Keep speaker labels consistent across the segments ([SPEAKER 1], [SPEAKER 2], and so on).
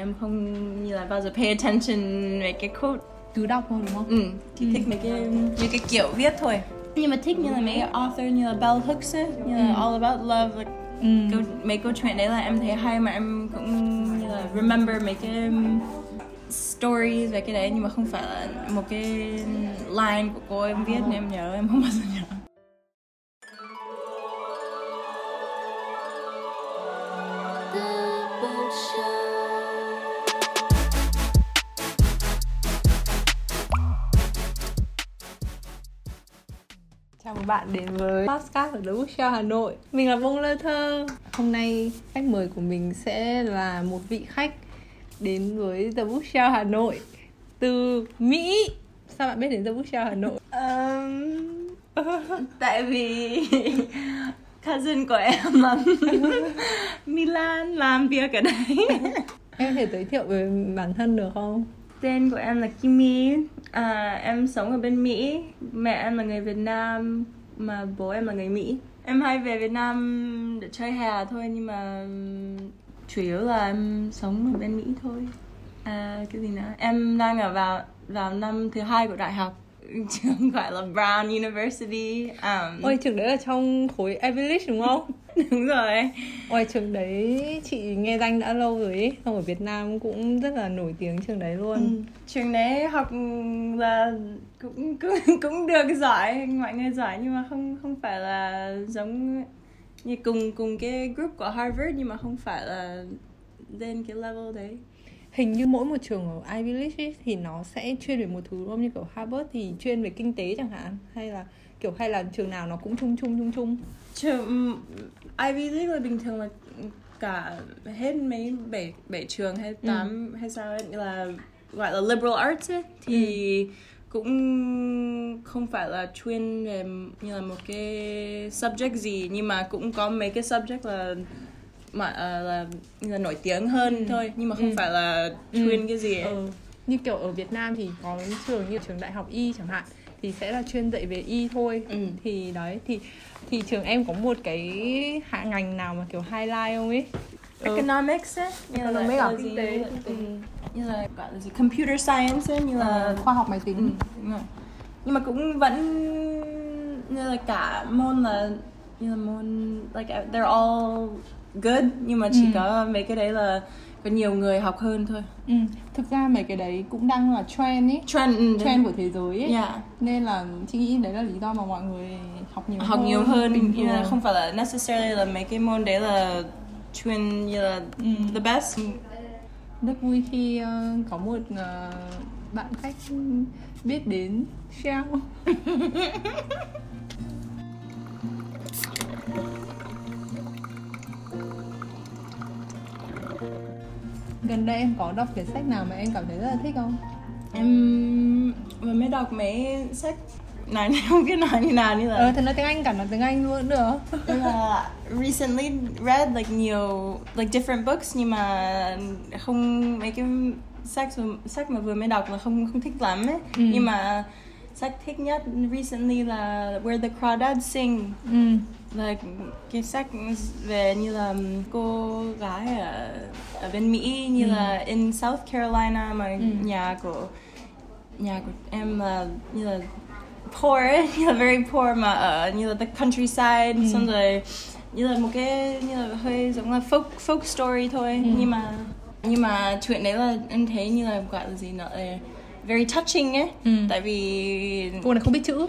[SPEAKER 1] em không như là bao giờ pay attention về cái code
[SPEAKER 2] cứ đọc thôi đúng không
[SPEAKER 1] ừ chỉ thích mấy cái những cái kiểu viết thôi nhưng mà thích như là mấy cái author như là bell hooks ấy, như là all about love like
[SPEAKER 2] ừ.
[SPEAKER 1] câu, mấy câu chuyện đấy là em thấy hay mà em cũng như là remember mấy cái um, stories về cái đấy nhưng mà không phải là một cái line của cô em viết nên em nhớ em không bao giờ nhớ
[SPEAKER 2] Chào mừng bạn đến với podcast ở The Bookshelf Hà Nội Mình là Bông Lơ Thơ Hôm nay khách mời của mình sẽ là một vị khách đến với The Bookshelf Hà Nội từ Mỹ Sao bạn biết đến The Bookshelf Hà Nội?
[SPEAKER 1] tại vì cousin của em là Milan làm việc ở đấy
[SPEAKER 2] Em có thể giới thiệu về bản thân được không?
[SPEAKER 1] tên của em là Kimi à, em sống ở bên Mỹ mẹ em là người Việt Nam mà bố em là người Mỹ em hay về Việt Nam để chơi hè thôi nhưng mà ừm, chủ yếu là em sống ở bên Mỹ thôi à, cái gì nữa em đang ở vào vào năm thứ hai của đại học trường gọi là Brown University um,
[SPEAKER 2] Ôi trường đấy là trong khối Ivy League đúng không?
[SPEAKER 1] đúng rồi
[SPEAKER 2] Ôi trường đấy chị nghe danh đã lâu rồi ấy Xong ở Việt Nam cũng rất là nổi tiếng trường đấy luôn
[SPEAKER 1] trường đấy học là cũng cũng cũng được giỏi mọi người giỏi nhưng mà không không phải là giống như cùng cùng cái group của Harvard nhưng mà không phải là lên cái level đấy
[SPEAKER 2] Hình như mỗi một trường ở Ivy League ấy, thì nó sẽ chuyên về một thứ đúng không? Như kiểu Harvard thì chuyên về kinh tế chẳng hạn Hay là kiểu hay là trường nào nó cũng chung chung chung chung
[SPEAKER 1] trường Ivy League là bình thường là cả hết mấy bảy bảy trường hay tám hay sao ấy là gọi là liberal arts ấy, thì cũng không phải là chuyên về như là một cái subject gì nhưng mà cũng có mấy cái subject là mà ờ, là, như là nổi tiếng hơn thôi nhưng mà không phải là chuyên cái gì ấy.
[SPEAKER 2] Ờ, Như kiểu ở Việt Nam thì có những trường như trường đại học Y chẳng hạn Thì sẽ là chuyên dạy về Y thôi
[SPEAKER 1] Ừ.
[SPEAKER 2] Thì đấy thì thì trường em có một cái hạ ngành nào mà kiểu highlight không ấy Ừ.
[SPEAKER 1] economics ấy như là
[SPEAKER 2] Economics
[SPEAKER 1] gọi
[SPEAKER 2] à?
[SPEAKER 1] là gì
[SPEAKER 2] Kinh tế.
[SPEAKER 1] Ừ. như là gọi là gì computer science ấy như là
[SPEAKER 2] Ờ, Khoa học máy
[SPEAKER 1] Ừ,
[SPEAKER 2] tính
[SPEAKER 1] đúng rồi. nhưng mà cũng vẫn như là cả môn là như là môn like they're all good nhưng mà chỉ có mấy cái đấy là có nhiều người học hơn thôi
[SPEAKER 2] ừ. Thực ra mấy cái đấy cũng đang là trend ấy
[SPEAKER 1] trend ừ,
[SPEAKER 2] Trend của thế giới ấy
[SPEAKER 1] yeah.
[SPEAKER 2] Nên là chị nghĩ đấy là lý do mà mọi người học nhiều
[SPEAKER 1] học
[SPEAKER 2] hơn
[SPEAKER 1] nhiều hơn
[SPEAKER 2] bình
[SPEAKER 1] như là
[SPEAKER 2] thường.
[SPEAKER 1] không phải là necessarily là mấy cái môn đấy là chuyên như là
[SPEAKER 2] Ừ.
[SPEAKER 1] the best
[SPEAKER 2] rất vui khi ờ, có một ờ, bạn khách biết đến Shell Gần đây em có đọc cái sách nào mà em cảm thấy rất là thích không?
[SPEAKER 1] em vừa mới đọc mấy sách này không biết nói như nào như là
[SPEAKER 2] Ờ, thật nói tiếng Anh cả nói tiếng Anh luôn cũng được
[SPEAKER 1] Nên là recently read like nhiều like different books nhưng mà không mấy cái sách vừa- sách mà vừa mới đọc là không không thích lắm ấy. Nhưng mà sách thích nhất recently là Where the Crawdads Sing
[SPEAKER 2] Ừ,
[SPEAKER 1] là cái sách về như là cô gái ở ở bên Mỹ như là in South Carolina mà nhà của nhà của em là như là poor ấy, như là very poor mà ở như là the countryside xong rồi như là một cái như là hơi giống là folk folk story thôi nhưng mà nhưng mà chuyện đấy là em thấy như là gọi là gì nó là very touching ấy
[SPEAKER 2] Ừ.
[SPEAKER 1] tại vì
[SPEAKER 2] cô này không biết chữ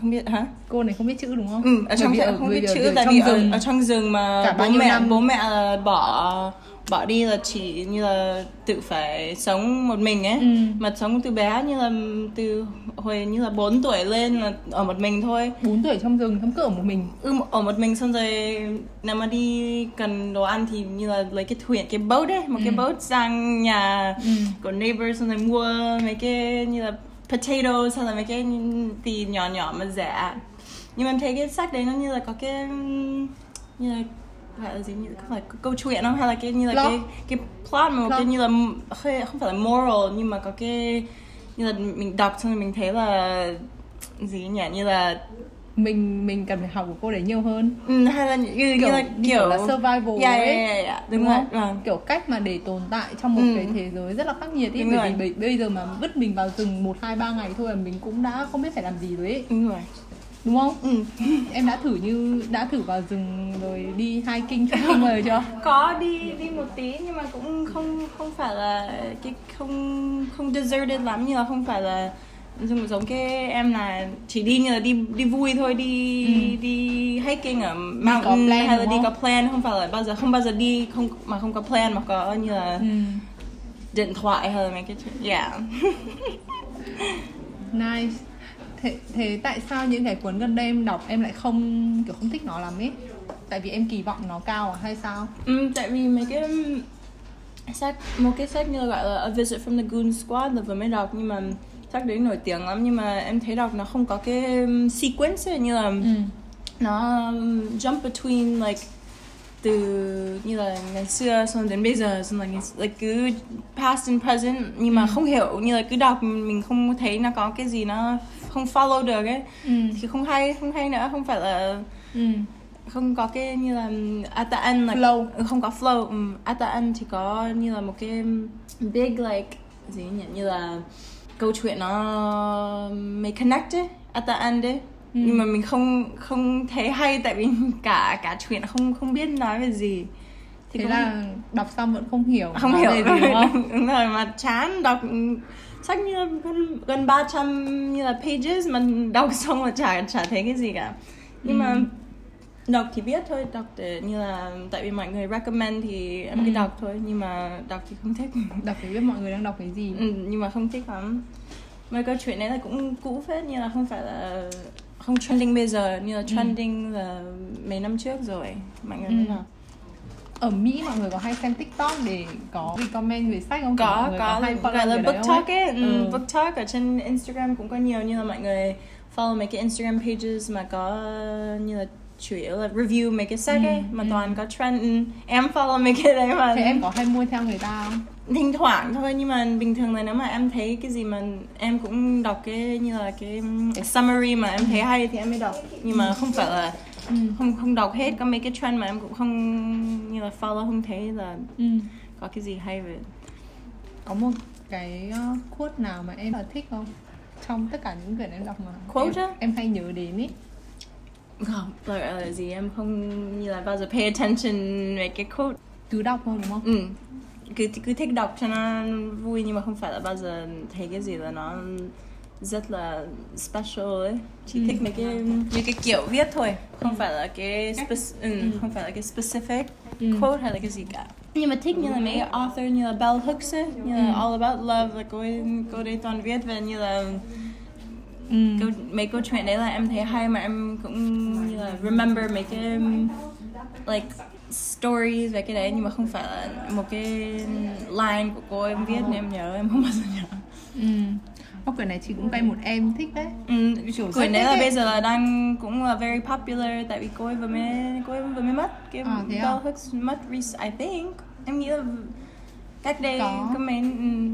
[SPEAKER 1] không biết hả
[SPEAKER 2] Cô này không biết chữ đúng không?
[SPEAKER 1] Ừ, ở
[SPEAKER 2] Bởi
[SPEAKER 1] trong
[SPEAKER 2] vì
[SPEAKER 1] sẽ không biết
[SPEAKER 2] bởi vì
[SPEAKER 1] chữ tại
[SPEAKER 2] trong
[SPEAKER 1] vì ở,
[SPEAKER 2] rừng.
[SPEAKER 1] ở trong rừng mà
[SPEAKER 2] Cả
[SPEAKER 1] bố
[SPEAKER 2] bao nhiêu
[SPEAKER 1] mẹ
[SPEAKER 2] năm.
[SPEAKER 1] bố mẹ là bỏ bỏ đi là chỉ như là tự phải sống một mình ấy
[SPEAKER 2] Ừ.
[SPEAKER 1] mà sống từ bé như là từ hồi như là 4 tuổi lên là ở một mình thôi
[SPEAKER 2] 4 tuổi trong rừng, thắm cỡ một mình
[SPEAKER 1] ừ, ở một mình xong rồi nếu mà đi cần đồ ăn thì như là lấy cái thuyền cái boat ấy một
[SPEAKER 2] Ừ.
[SPEAKER 1] cái boat sang nhà của neighbor xong rồi mua mấy cái như là potato xong rồi mấy cái tì nhỏ nhỏ mà rẻ nhưng mà em thấy cái sách đấy nó như là có cái um, như là gọi là gì như không phải câu chuyện không hay là cái như là
[SPEAKER 2] Plot.
[SPEAKER 1] cái cái plot mà một cái
[SPEAKER 2] Plot.
[SPEAKER 1] như là hơi- không phải là moral nhưng mà có cái như là mình đọc xong rồi mình thấy là gì nhỉ như là
[SPEAKER 2] mình mình cần phải học của cô đấy nhiều hơn
[SPEAKER 1] ừ, hay là những cái-
[SPEAKER 2] kiểu
[SPEAKER 1] như là Dạ,
[SPEAKER 2] như
[SPEAKER 1] kiểu
[SPEAKER 2] là survival
[SPEAKER 1] yeah,
[SPEAKER 2] ấy.
[SPEAKER 1] yeah, yeah, yeah. đúng,
[SPEAKER 2] đúng
[SPEAKER 1] rồi
[SPEAKER 2] không
[SPEAKER 1] vâng.
[SPEAKER 2] kiểu cách mà để tồn tại trong một
[SPEAKER 1] Ừ.
[SPEAKER 2] cái thế giới rất là khắc nghiệt ý
[SPEAKER 1] Đúng
[SPEAKER 2] bởi
[SPEAKER 1] rồi.
[SPEAKER 2] vì bây- bây giờ mà vứt mình vào rừng một hai ba ngày thôi là mình cũng đã không biết phải làm gì rồi ấy
[SPEAKER 1] đúng rồi
[SPEAKER 2] đúng không
[SPEAKER 1] ừ.
[SPEAKER 2] em đã thử như đã thử vào rừng rồi đi hiking trekking rồi chưa
[SPEAKER 1] có đi đi một tí nhưng mà cũng không không phải là cái không không deserted lắm như là không phải là giống giống cái em là chỉ đi như là đi đi vui thôi đi đi hiking ở mountain
[SPEAKER 2] Ừ. plan,
[SPEAKER 1] hay là
[SPEAKER 2] đúng
[SPEAKER 1] đi
[SPEAKER 2] không?
[SPEAKER 1] có plan không phải là bao giờ không bao giờ đi không mà không có plan mà có như là
[SPEAKER 2] Ừ.
[SPEAKER 1] điện thoại hay là mấy cái Dạ. chuyện yeah
[SPEAKER 2] nice thế, thế tại sao những cái cuốn gần đây em đọc em lại không kiểu không thích nó lắm ấy tại vì em kỳ vọng nó cao à hay sao
[SPEAKER 1] Ừ, tại vì mấy cái um, sách một cái sách như là gọi là A Visit from the Goon Squad là vừa mới đọc nhưng mà sách đấy nổi tiếng lắm nhưng mà em thấy đọc nó không có cái um, sequence ấy, như là
[SPEAKER 2] Ừ.
[SPEAKER 1] nó um, jump between like từ như là ngày xưa xong đến bây giờ xong là ngày, like cứ past and present nhưng mà không hiểu như là cứ đọc mình mình không thấy nó có cái gì nó không follow được ấy
[SPEAKER 2] ừ
[SPEAKER 1] thì không hay không hay nữa không phải là
[SPEAKER 2] ừ
[SPEAKER 1] không có cái như là ừ, at the end là
[SPEAKER 2] Flow.
[SPEAKER 1] không có flow um, at the end thì có như là một cái um, big like gì nhỉ như là câu chuyện nó mới connect ấy at the end ấy
[SPEAKER 2] Ừ.
[SPEAKER 1] nhưng mà mình không không thấy hay tại vì cả cả chuyện không không biết nói về gì thì
[SPEAKER 2] thế
[SPEAKER 1] cũng
[SPEAKER 2] là đọc xong vẫn không hiểu
[SPEAKER 1] không
[SPEAKER 2] nó
[SPEAKER 1] hiểu
[SPEAKER 2] về gì,
[SPEAKER 1] rồi
[SPEAKER 2] đúng không
[SPEAKER 1] đúng rồi mà chán đọc sách như là gần, gần 300 như là pages mà đọc xong là chả chả thấy cái gì cả nhưng
[SPEAKER 2] Ừ.
[SPEAKER 1] mà đọc thì biết thôi đọc để như là tại vì mọi người recommend thì em cứ
[SPEAKER 2] Ừ.
[SPEAKER 1] đọc thôi nhưng mà đọc thì không thích
[SPEAKER 2] đọc để biết mọi người đang đọc cái gì
[SPEAKER 1] Ừ, nhưng mà không thích lắm mà câu chuyện này là cũng cũ phết như là không phải là không trending bây giờ như là trending là mấy năm trước rồi mọi người mới
[SPEAKER 2] Ừ. Ừ.
[SPEAKER 1] đọc
[SPEAKER 2] ở Mỹ mọi người có hay xem TikTok để có recommend về sách không? Mọi
[SPEAKER 1] có
[SPEAKER 2] người
[SPEAKER 1] có
[SPEAKER 2] hay follow
[SPEAKER 1] gọi là
[SPEAKER 2] cái đấy
[SPEAKER 1] book
[SPEAKER 2] không
[SPEAKER 1] talk ấy ừ.
[SPEAKER 2] Ừ.
[SPEAKER 1] book talk ở trên Instagram cũng có nhiều như là mọi người follow mấy cái Instagram pages mà có như là chủ yếu là review mấy cái sách
[SPEAKER 2] Ừ,
[SPEAKER 1] ấy mà
[SPEAKER 2] ừ.
[SPEAKER 1] toàn có trend ừ. em follow mấy cái đấy mà
[SPEAKER 2] Thế em có hay mua theo người ta không?
[SPEAKER 1] thỉnh thoảng thôi nhưng mà bình thường là nếu mà em thấy cái gì mà em cũng đọc cái như là cái um, summary mà em thấy hay thì em mới đọc nhưng mà không phải là
[SPEAKER 2] Ừ.
[SPEAKER 1] không không đọc hết có mấy cái trend mà em cũng không như là follow không thấy là
[SPEAKER 2] Ừ.
[SPEAKER 1] có cái gì hay về
[SPEAKER 2] Có một cái uh, quote nào mà em là thích không? Trong tất cả những quyển em đọc mà
[SPEAKER 1] Quote
[SPEAKER 2] em,
[SPEAKER 1] á?
[SPEAKER 2] em hay nhớ đến ý
[SPEAKER 1] Không, gọi là gì em không như là bao giờ pay attention về cái quote
[SPEAKER 2] Cứ đọc thôi đúng không?
[SPEAKER 1] ừ. cứ cứ thích đọc cho nó vui nhưng mà không phải là bao giờ thấy cái gì là nó rất là special ấy chỉ
[SPEAKER 2] Ừ.
[SPEAKER 1] thích mấy cái mấy cái kiểu viết thôi không phải là cái
[SPEAKER 2] Cách-
[SPEAKER 1] spec- ừ,
[SPEAKER 2] ừ.
[SPEAKER 1] không phải là cái specific
[SPEAKER 2] Ừ.
[SPEAKER 1] quote hay là cái gì cả nhưng mà thích như là mấy author như là Bell Hooks ấy, như là
[SPEAKER 2] Ừ.
[SPEAKER 1] All About Love là cô ấy, cô ấy toàn viết về như là
[SPEAKER 2] Ừ.
[SPEAKER 1] câu, mấy câu chuyện đấy là em thấy hay mà em cũng như là remember mấy cái um, like stories về cái đấy nhưng mà không phải là một cái line của cô em viết nên em nhớ em không bao giờ nhớ
[SPEAKER 2] Ừ. Ô, quyển này chị cũng vay một em thích đấy
[SPEAKER 1] Ừ,
[SPEAKER 2] Chủ sách
[SPEAKER 1] quyển đấy
[SPEAKER 2] đấy
[SPEAKER 1] là
[SPEAKER 2] đấy.
[SPEAKER 1] bây giờ là đang cũng là very popular tại vì cô ấy vừa mới cô ấy vừa mới mất cái
[SPEAKER 2] À, thế à?
[SPEAKER 1] Bell Hooks mất recent, I think em nghĩ là cách đây
[SPEAKER 2] Có.
[SPEAKER 1] có mấy ừ,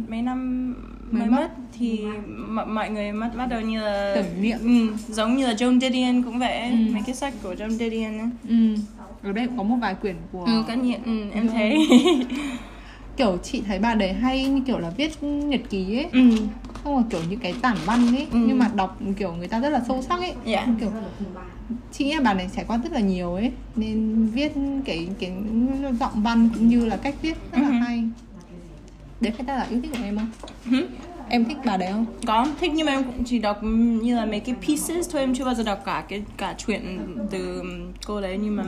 [SPEAKER 1] mấy năm
[SPEAKER 2] Mới
[SPEAKER 1] mới
[SPEAKER 2] mất.
[SPEAKER 1] mất, thì mọi, mọi người mất bắt đầu như là
[SPEAKER 2] Tưởng niệm.
[SPEAKER 1] ừ, giống như là John Didion cũng vậy ấy,
[SPEAKER 2] Ừ.
[SPEAKER 1] mấy cái sách của John Didion ấy.
[SPEAKER 2] Ừ. Ở đây cũng có một vài quyển của
[SPEAKER 1] Ừ, có nhiều ừ, em thấy
[SPEAKER 2] kiểu chị thấy bà đấy hay như kiểu là viết nhật ký ấy
[SPEAKER 1] ừ.
[SPEAKER 2] không là kiểu những cái tản văn ấy
[SPEAKER 1] Ừ.
[SPEAKER 2] nhưng mà đọc kiểu người ta rất là sâu sắc ấy
[SPEAKER 1] Dạ.
[SPEAKER 2] kiểu chị nghĩ là bà này trải qua rất là nhiều ấy nên viết cái cái giọng văn cũng như là cách viết rất là
[SPEAKER 1] Ừ.
[SPEAKER 2] hay đấy phải ta là yêu thích của em không
[SPEAKER 1] Hử?
[SPEAKER 2] em thích bà đấy không
[SPEAKER 1] có thích nhưng mà em cũng chỉ đọc như là mấy cái pieces thôi em chưa bao giờ đọc cả cái cả chuyện từ cô đấy nhưng mà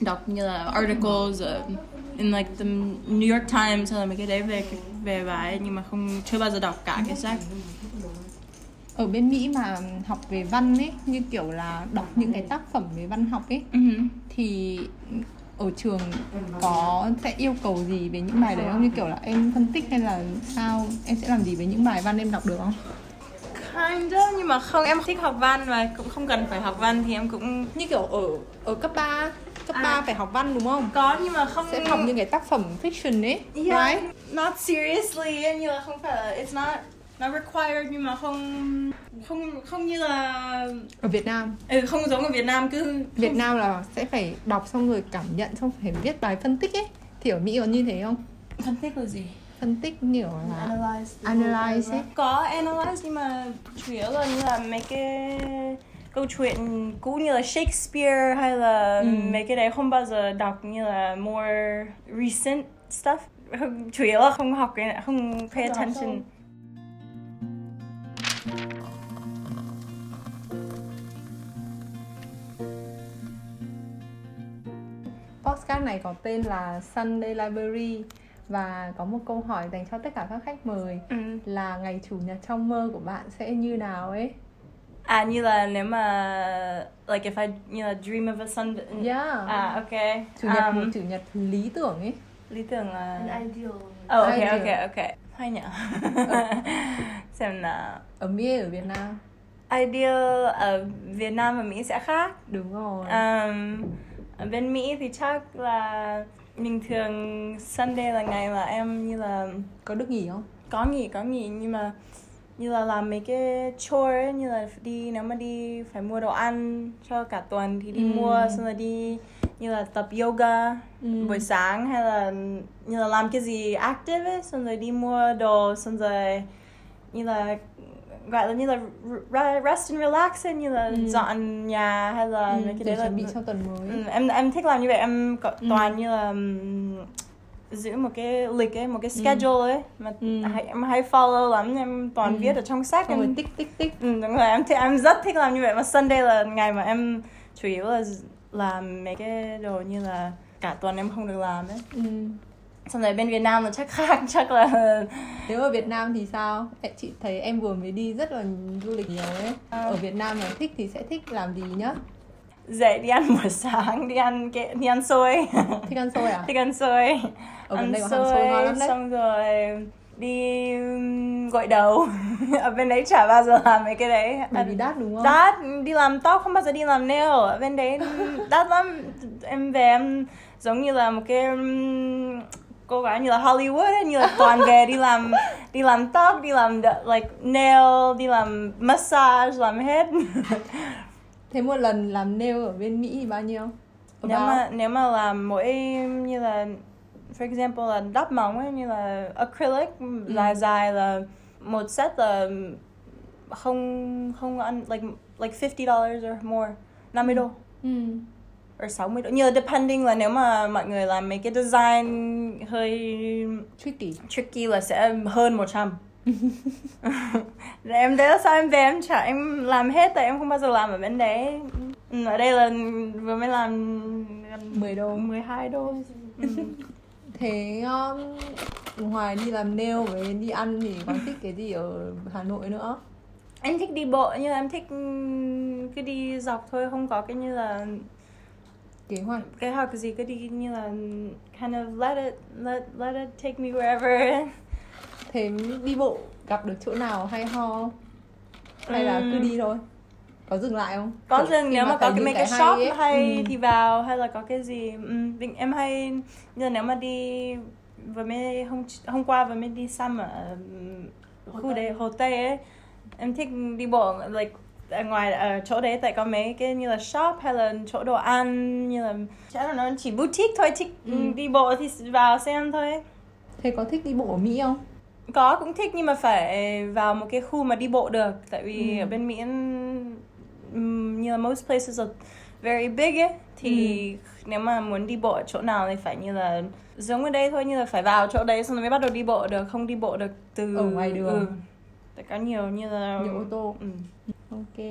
[SPEAKER 1] đọc như là articles ở- in like the New York Times hay là mấy cái đấy về về bà ấy nhưng mà không chưa bao giờ đọc cả cái sách
[SPEAKER 2] ở bên mỹ mà học về văn ấy như kiểu là đọc những cái tác phẩm về văn học ấy
[SPEAKER 1] Ừ.
[SPEAKER 2] thì ở trường có sẽ yêu cầu gì về những bài đấy không như kiểu là em phân tích hay là sao em sẽ làm gì với những bài văn em đọc được không
[SPEAKER 1] Kind of, nhưng mà không em thích học văn và cũng không cần phải học văn thì em cũng
[SPEAKER 2] như kiểu ở ở cấp 3 cấp
[SPEAKER 1] À.
[SPEAKER 2] 3 phải học văn đúng không
[SPEAKER 1] có nhưng mà không
[SPEAKER 2] sẽ học những cái tác phẩm fiction ấy
[SPEAKER 1] yeah,
[SPEAKER 2] right
[SPEAKER 1] not seriously như là không phải là it's not nó required nhưng mà không không không như là
[SPEAKER 2] ở Việt Nam
[SPEAKER 1] ừ, không giống ở Việt Nam cứ
[SPEAKER 2] Việt Nam là sẽ phải đọc xong rồi cảm nhận xong phải viết bài phân tích ấy thì ở Mỹ có như thế không
[SPEAKER 1] phân tích là gì
[SPEAKER 2] phân tích kiểu là analyze ấy
[SPEAKER 1] có analyze nhưng mà chủ yếu là như là mấy cái câu chuyện cũng như là Shakespeare hay là mấy cái đấy không bao giờ đọc như là more recent stuff Không- chủ yếu là không học cái này, không pay
[SPEAKER 3] Không đọc
[SPEAKER 1] attention
[SPEAKER 2] podcast này có tên là Sunday Library và có một câu hỏi dành cho tất cả các khách mời
[SPEAKER 1] ừ.
[SPEAKER 2] là ngày chủ nhật trong mơ của bạn sẽ như nào ấy
[SPEAKER 1] à như là nếu mà like if I như là dream of a sun
[SPEAKER 2] yeah
[SPEAKER 1] à ok
[SPEAKER 2] chủ nhật một
[SPEAKER 1] Um,
[SPEAKER 2] chủ nhật lý tưởng ấy
[SPEAKER 1] lý tưởng là
[SPEAKER 3] An ideal.
[SPEAKER 1] Ờ ok
[SPEAKER 2] Idea.
[SPEAKER 1] ok ok Hay nhở Xem nào
[SPEAKER 2] ở Mỹ ở Việt Nam
[SPEAKER 1] Ideal ở Việt Nam và Mỹ sẽ khác
[SPEAKER 2] đúng rồi
[SPEAKER 1] um, Ở bên Mỹ thì chắc là Bình thường Sunday là ngày mà em như là
[SPEAKER 2] có được nghỉ không
[SPEAKER 1] Có nghỉ có nghỉ nhưng mà như là làm mấy cái chore ấy, như là đi nếu mà đi phải mua đồ ăn cho cả tuần thì đi
[SPEAKER 2] Ừ.
[SPEAKER 1] mua xong rồi đi như là tập yoga buổi sáng hay là như là làm cái gì active ấy xong rồi đi mua đồ xong rồi như là gọi là như là re- rest and relax ấy như là
[SPEAKER 2] Ừ.
[SPEAKER 1] dọn nhà hay là
[SPEAKER 2] ừ,
[SPEAKER 1] À, mấy cái
[SPEAKER 2] để
[SPEAKER 1] đấy là
[SPEAKER 2] chuẩn bị cho tuần mới
[SPEAKER 1] ừ, em em thích làm như vậy em có,
[SPEAKER 2] Ừ.
[SPEAKER 1] toàn như là ừm, giữ một cái lịch ấy một cái schedule ấy mà
[SPEAKER 2] Ừ.
[SPEAKER 1] hay, em hay follow lắm em toàn
[SPEAKER 2] Ừ.
[SPEAKER 1] viết ở trong sách
[SPEAKER 2] xong rồi
[SPEAKER 1] em
[SPEAKER 2] tích tích tích
[SPEAKER 1] Ừ, đúng rồi, em thích, em rất thích làm như vậy mà Sunday là ngày mà em chủ yếu là làm mấy cái đồ như là cả tuần em không được làm ấy.
[SPEAKER 2] ừ.
[SPEAKER 1] Xong rồi bên Việt Nam là chắc khác, chắc là
[SPEAKER 2] nếu ở Việt Nam thì sao Ê, chị thấy em vừa mới đi rất là du lịch nhiều ấy
[SPEAKER 1] Ờ.
[SPEAKER 2] ở Việt Nam mà thích thì sẽ thích làm gì nhá
[SPEAKER 1] dậy đi ăn buổi sáng, đi ăn cái, đi ăn xôi,
[SPEAKER 2] thích ăn xôi à
[SPEAKER 1] thích ăn xôi,
[SPEAKER 2] ở
[SPEAKER 1] ăn
[SPEAKER 2] bên đây có hàng xôi ngon lắm đấy
[SPEAKER 1] xong rồi đi um, gội đầu. Ở bên đấy chả bao giờ làm mấy cái đấy.
[SPEAKER 2] bởi vì đắt đúng không
[SPEAKER 1] đắt đi làm tóc không bao giờ đi làm nail ở bên đấy đắt lắm em về em giống như là một cái um, cô gái như là Hollywood ấy, như là toàn về đi làm đi làm tóc đi làm đ- like nail đi làm massage làm hết
[SPEAKER 2] thế một lần làm nail ở bên Mỹ thì bao nhiêu Ở
[SPEAKER 1] nếu
[SPEAKER 2] bao?
[SPEAKER 1] mà nếu mà làm mỗi như là for example là đắp móng ấy như là acrylic dài dài là một set là không không ăn like like 50 dollars or more 50 đô
[SPEAKER 2] ừ.
[SPEAKER 1] or 60 độ như là depending là nếu mà mọi người làm mấy cái design hơi
[SPEAKER 2] tricky
[SPEAKER 1] tricky là sẽ hơn 100 Rồi em đấy là sao em về em chả em làm hết tại em không bao giờ làm ở bên đấy Ừ, ở đây là vừa mới làm gần
[SPEAKER 2] 10 đô
[SPEAKER 1] 12 đô Ừ.
[SPEAKER 2] thế um, ngoài đi làm nail với đi ăn thì còn thích cái gì ở Hà Nội nữa
[SPEAKER 1] em thích đi bộ nhưng em thích ừ, cứ đi dọc thôi không có cái như là
[SPEAKER 2] kế hoạch
[SPEAKER 1] cái học gì cứ đi như là kind of let it let let it take me wherever
[SPEAKER 2] thế đi bộ gặp được chỗ nào hay ho hay là cứ
[SPEAKER 1] Ừm.
[SPEAKER 2] đi thôi có dừng lại không
[SPEAKER 1] có
[SPEAKER 2] Kiểu
[SPEAKER 1] dừng
[SPEAKER 2] khi
[SPEAKER 1] nếu mà
[SPEAKER 2] thấy
[SPEAKER 1] có cái
[SPEAKER 2] những
[SPEAKER 1] mấy cái
[SPEAKER 2] hay
[SPEAKER 1] shop
[SPEAKER 2] ấy.
[SPEAKER 1] hay,
[SPEAKER 2] Ừ.
[SPEAKER 1] thì vào hay là có cái gì ừ, định- em hay như là nếu mà đi vừa mới hôm hôm qua vừa mới đi xăm ở ừ,
[SPEAKER 3] Hồ
[SPEAKER 1] khu
[SPEAKER 3] Tây.
[SPEAKER 1] đấy hồ tây ấy em thích đi bộ like ở ngoài ở chỗ đấy tại có mấy cái như là shop hay là chỗ đồ ăn như là chả nó chỉ boutique thôi thích
[SPEAKER 2] Ừ.
[SPEAKER 1] đi bộ thì vào xem thôi ấy.
[SPEAKER 2] thế có thích đi bộ ở Mỹ không
[SPEAKER 1] có cũng thích nhưng mà phải vào một cái khu mà đi bộ được tại vì
[SPEAKER 2] Ừ.
[SPEAKER 1] ở bên Mỹ ừm, như là most places are very big ấy thì
[SPEAKER 2] Ừ.
[SPEAKER 1] nếu mà muốn đi bộ ở chỗ nào thì phải như là giống ở đây thôi như là phải vào chỗ đấy xong rồi mới bắt đầu đi bộ được không đi bộ được từ
[SPEAKER 2] Ở ngoài đường.
[SPEAKER 1] ừ. tại có nhiều như là
[SPEAKER 2] nhiều ô tô
[SPEAKER 1] ừ.
[SPEAKER 2] ok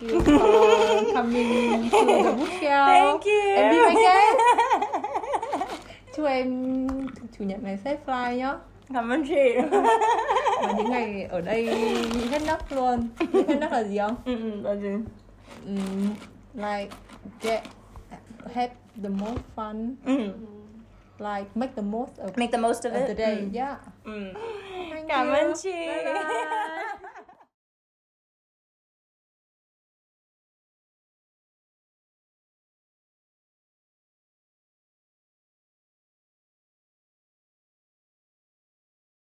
[SPEAKER 2] you for coming to the bookshelf
[SPEAKER 1] thank you
[SPEAKER 2] em đi máy ghé chúc em chủ nhật này safe fly nhá
[SPEAKER 1] cảm ơn chị
[SPEAKER 2] và những ngày ở đây hết nấc luôn Biết hết nấc là gì không
[SPEAKER 1] ừ, ừ, là gì?
[SPEAKER 2] Ừm, Ừ, like get have the most fun
[SPEAKER 1] ừ.
[SPEAKER 2] like make the most of,
[SPEAKER 1] make the most of
[SPEAKER 2] of
[SPEAKER 1] it
[SPEAKER 2] the day
[SPEAKER 1] Ừ.
[SPEAKER 2] yeah
[SPEAKER 1] Ừ.
[SPEAKER 2] Thank
[SPEAKER 1] cảm
[SPEAKER 2] you.
[SPEAKER 1] ơn chị
[SPEAKER 2] bye bye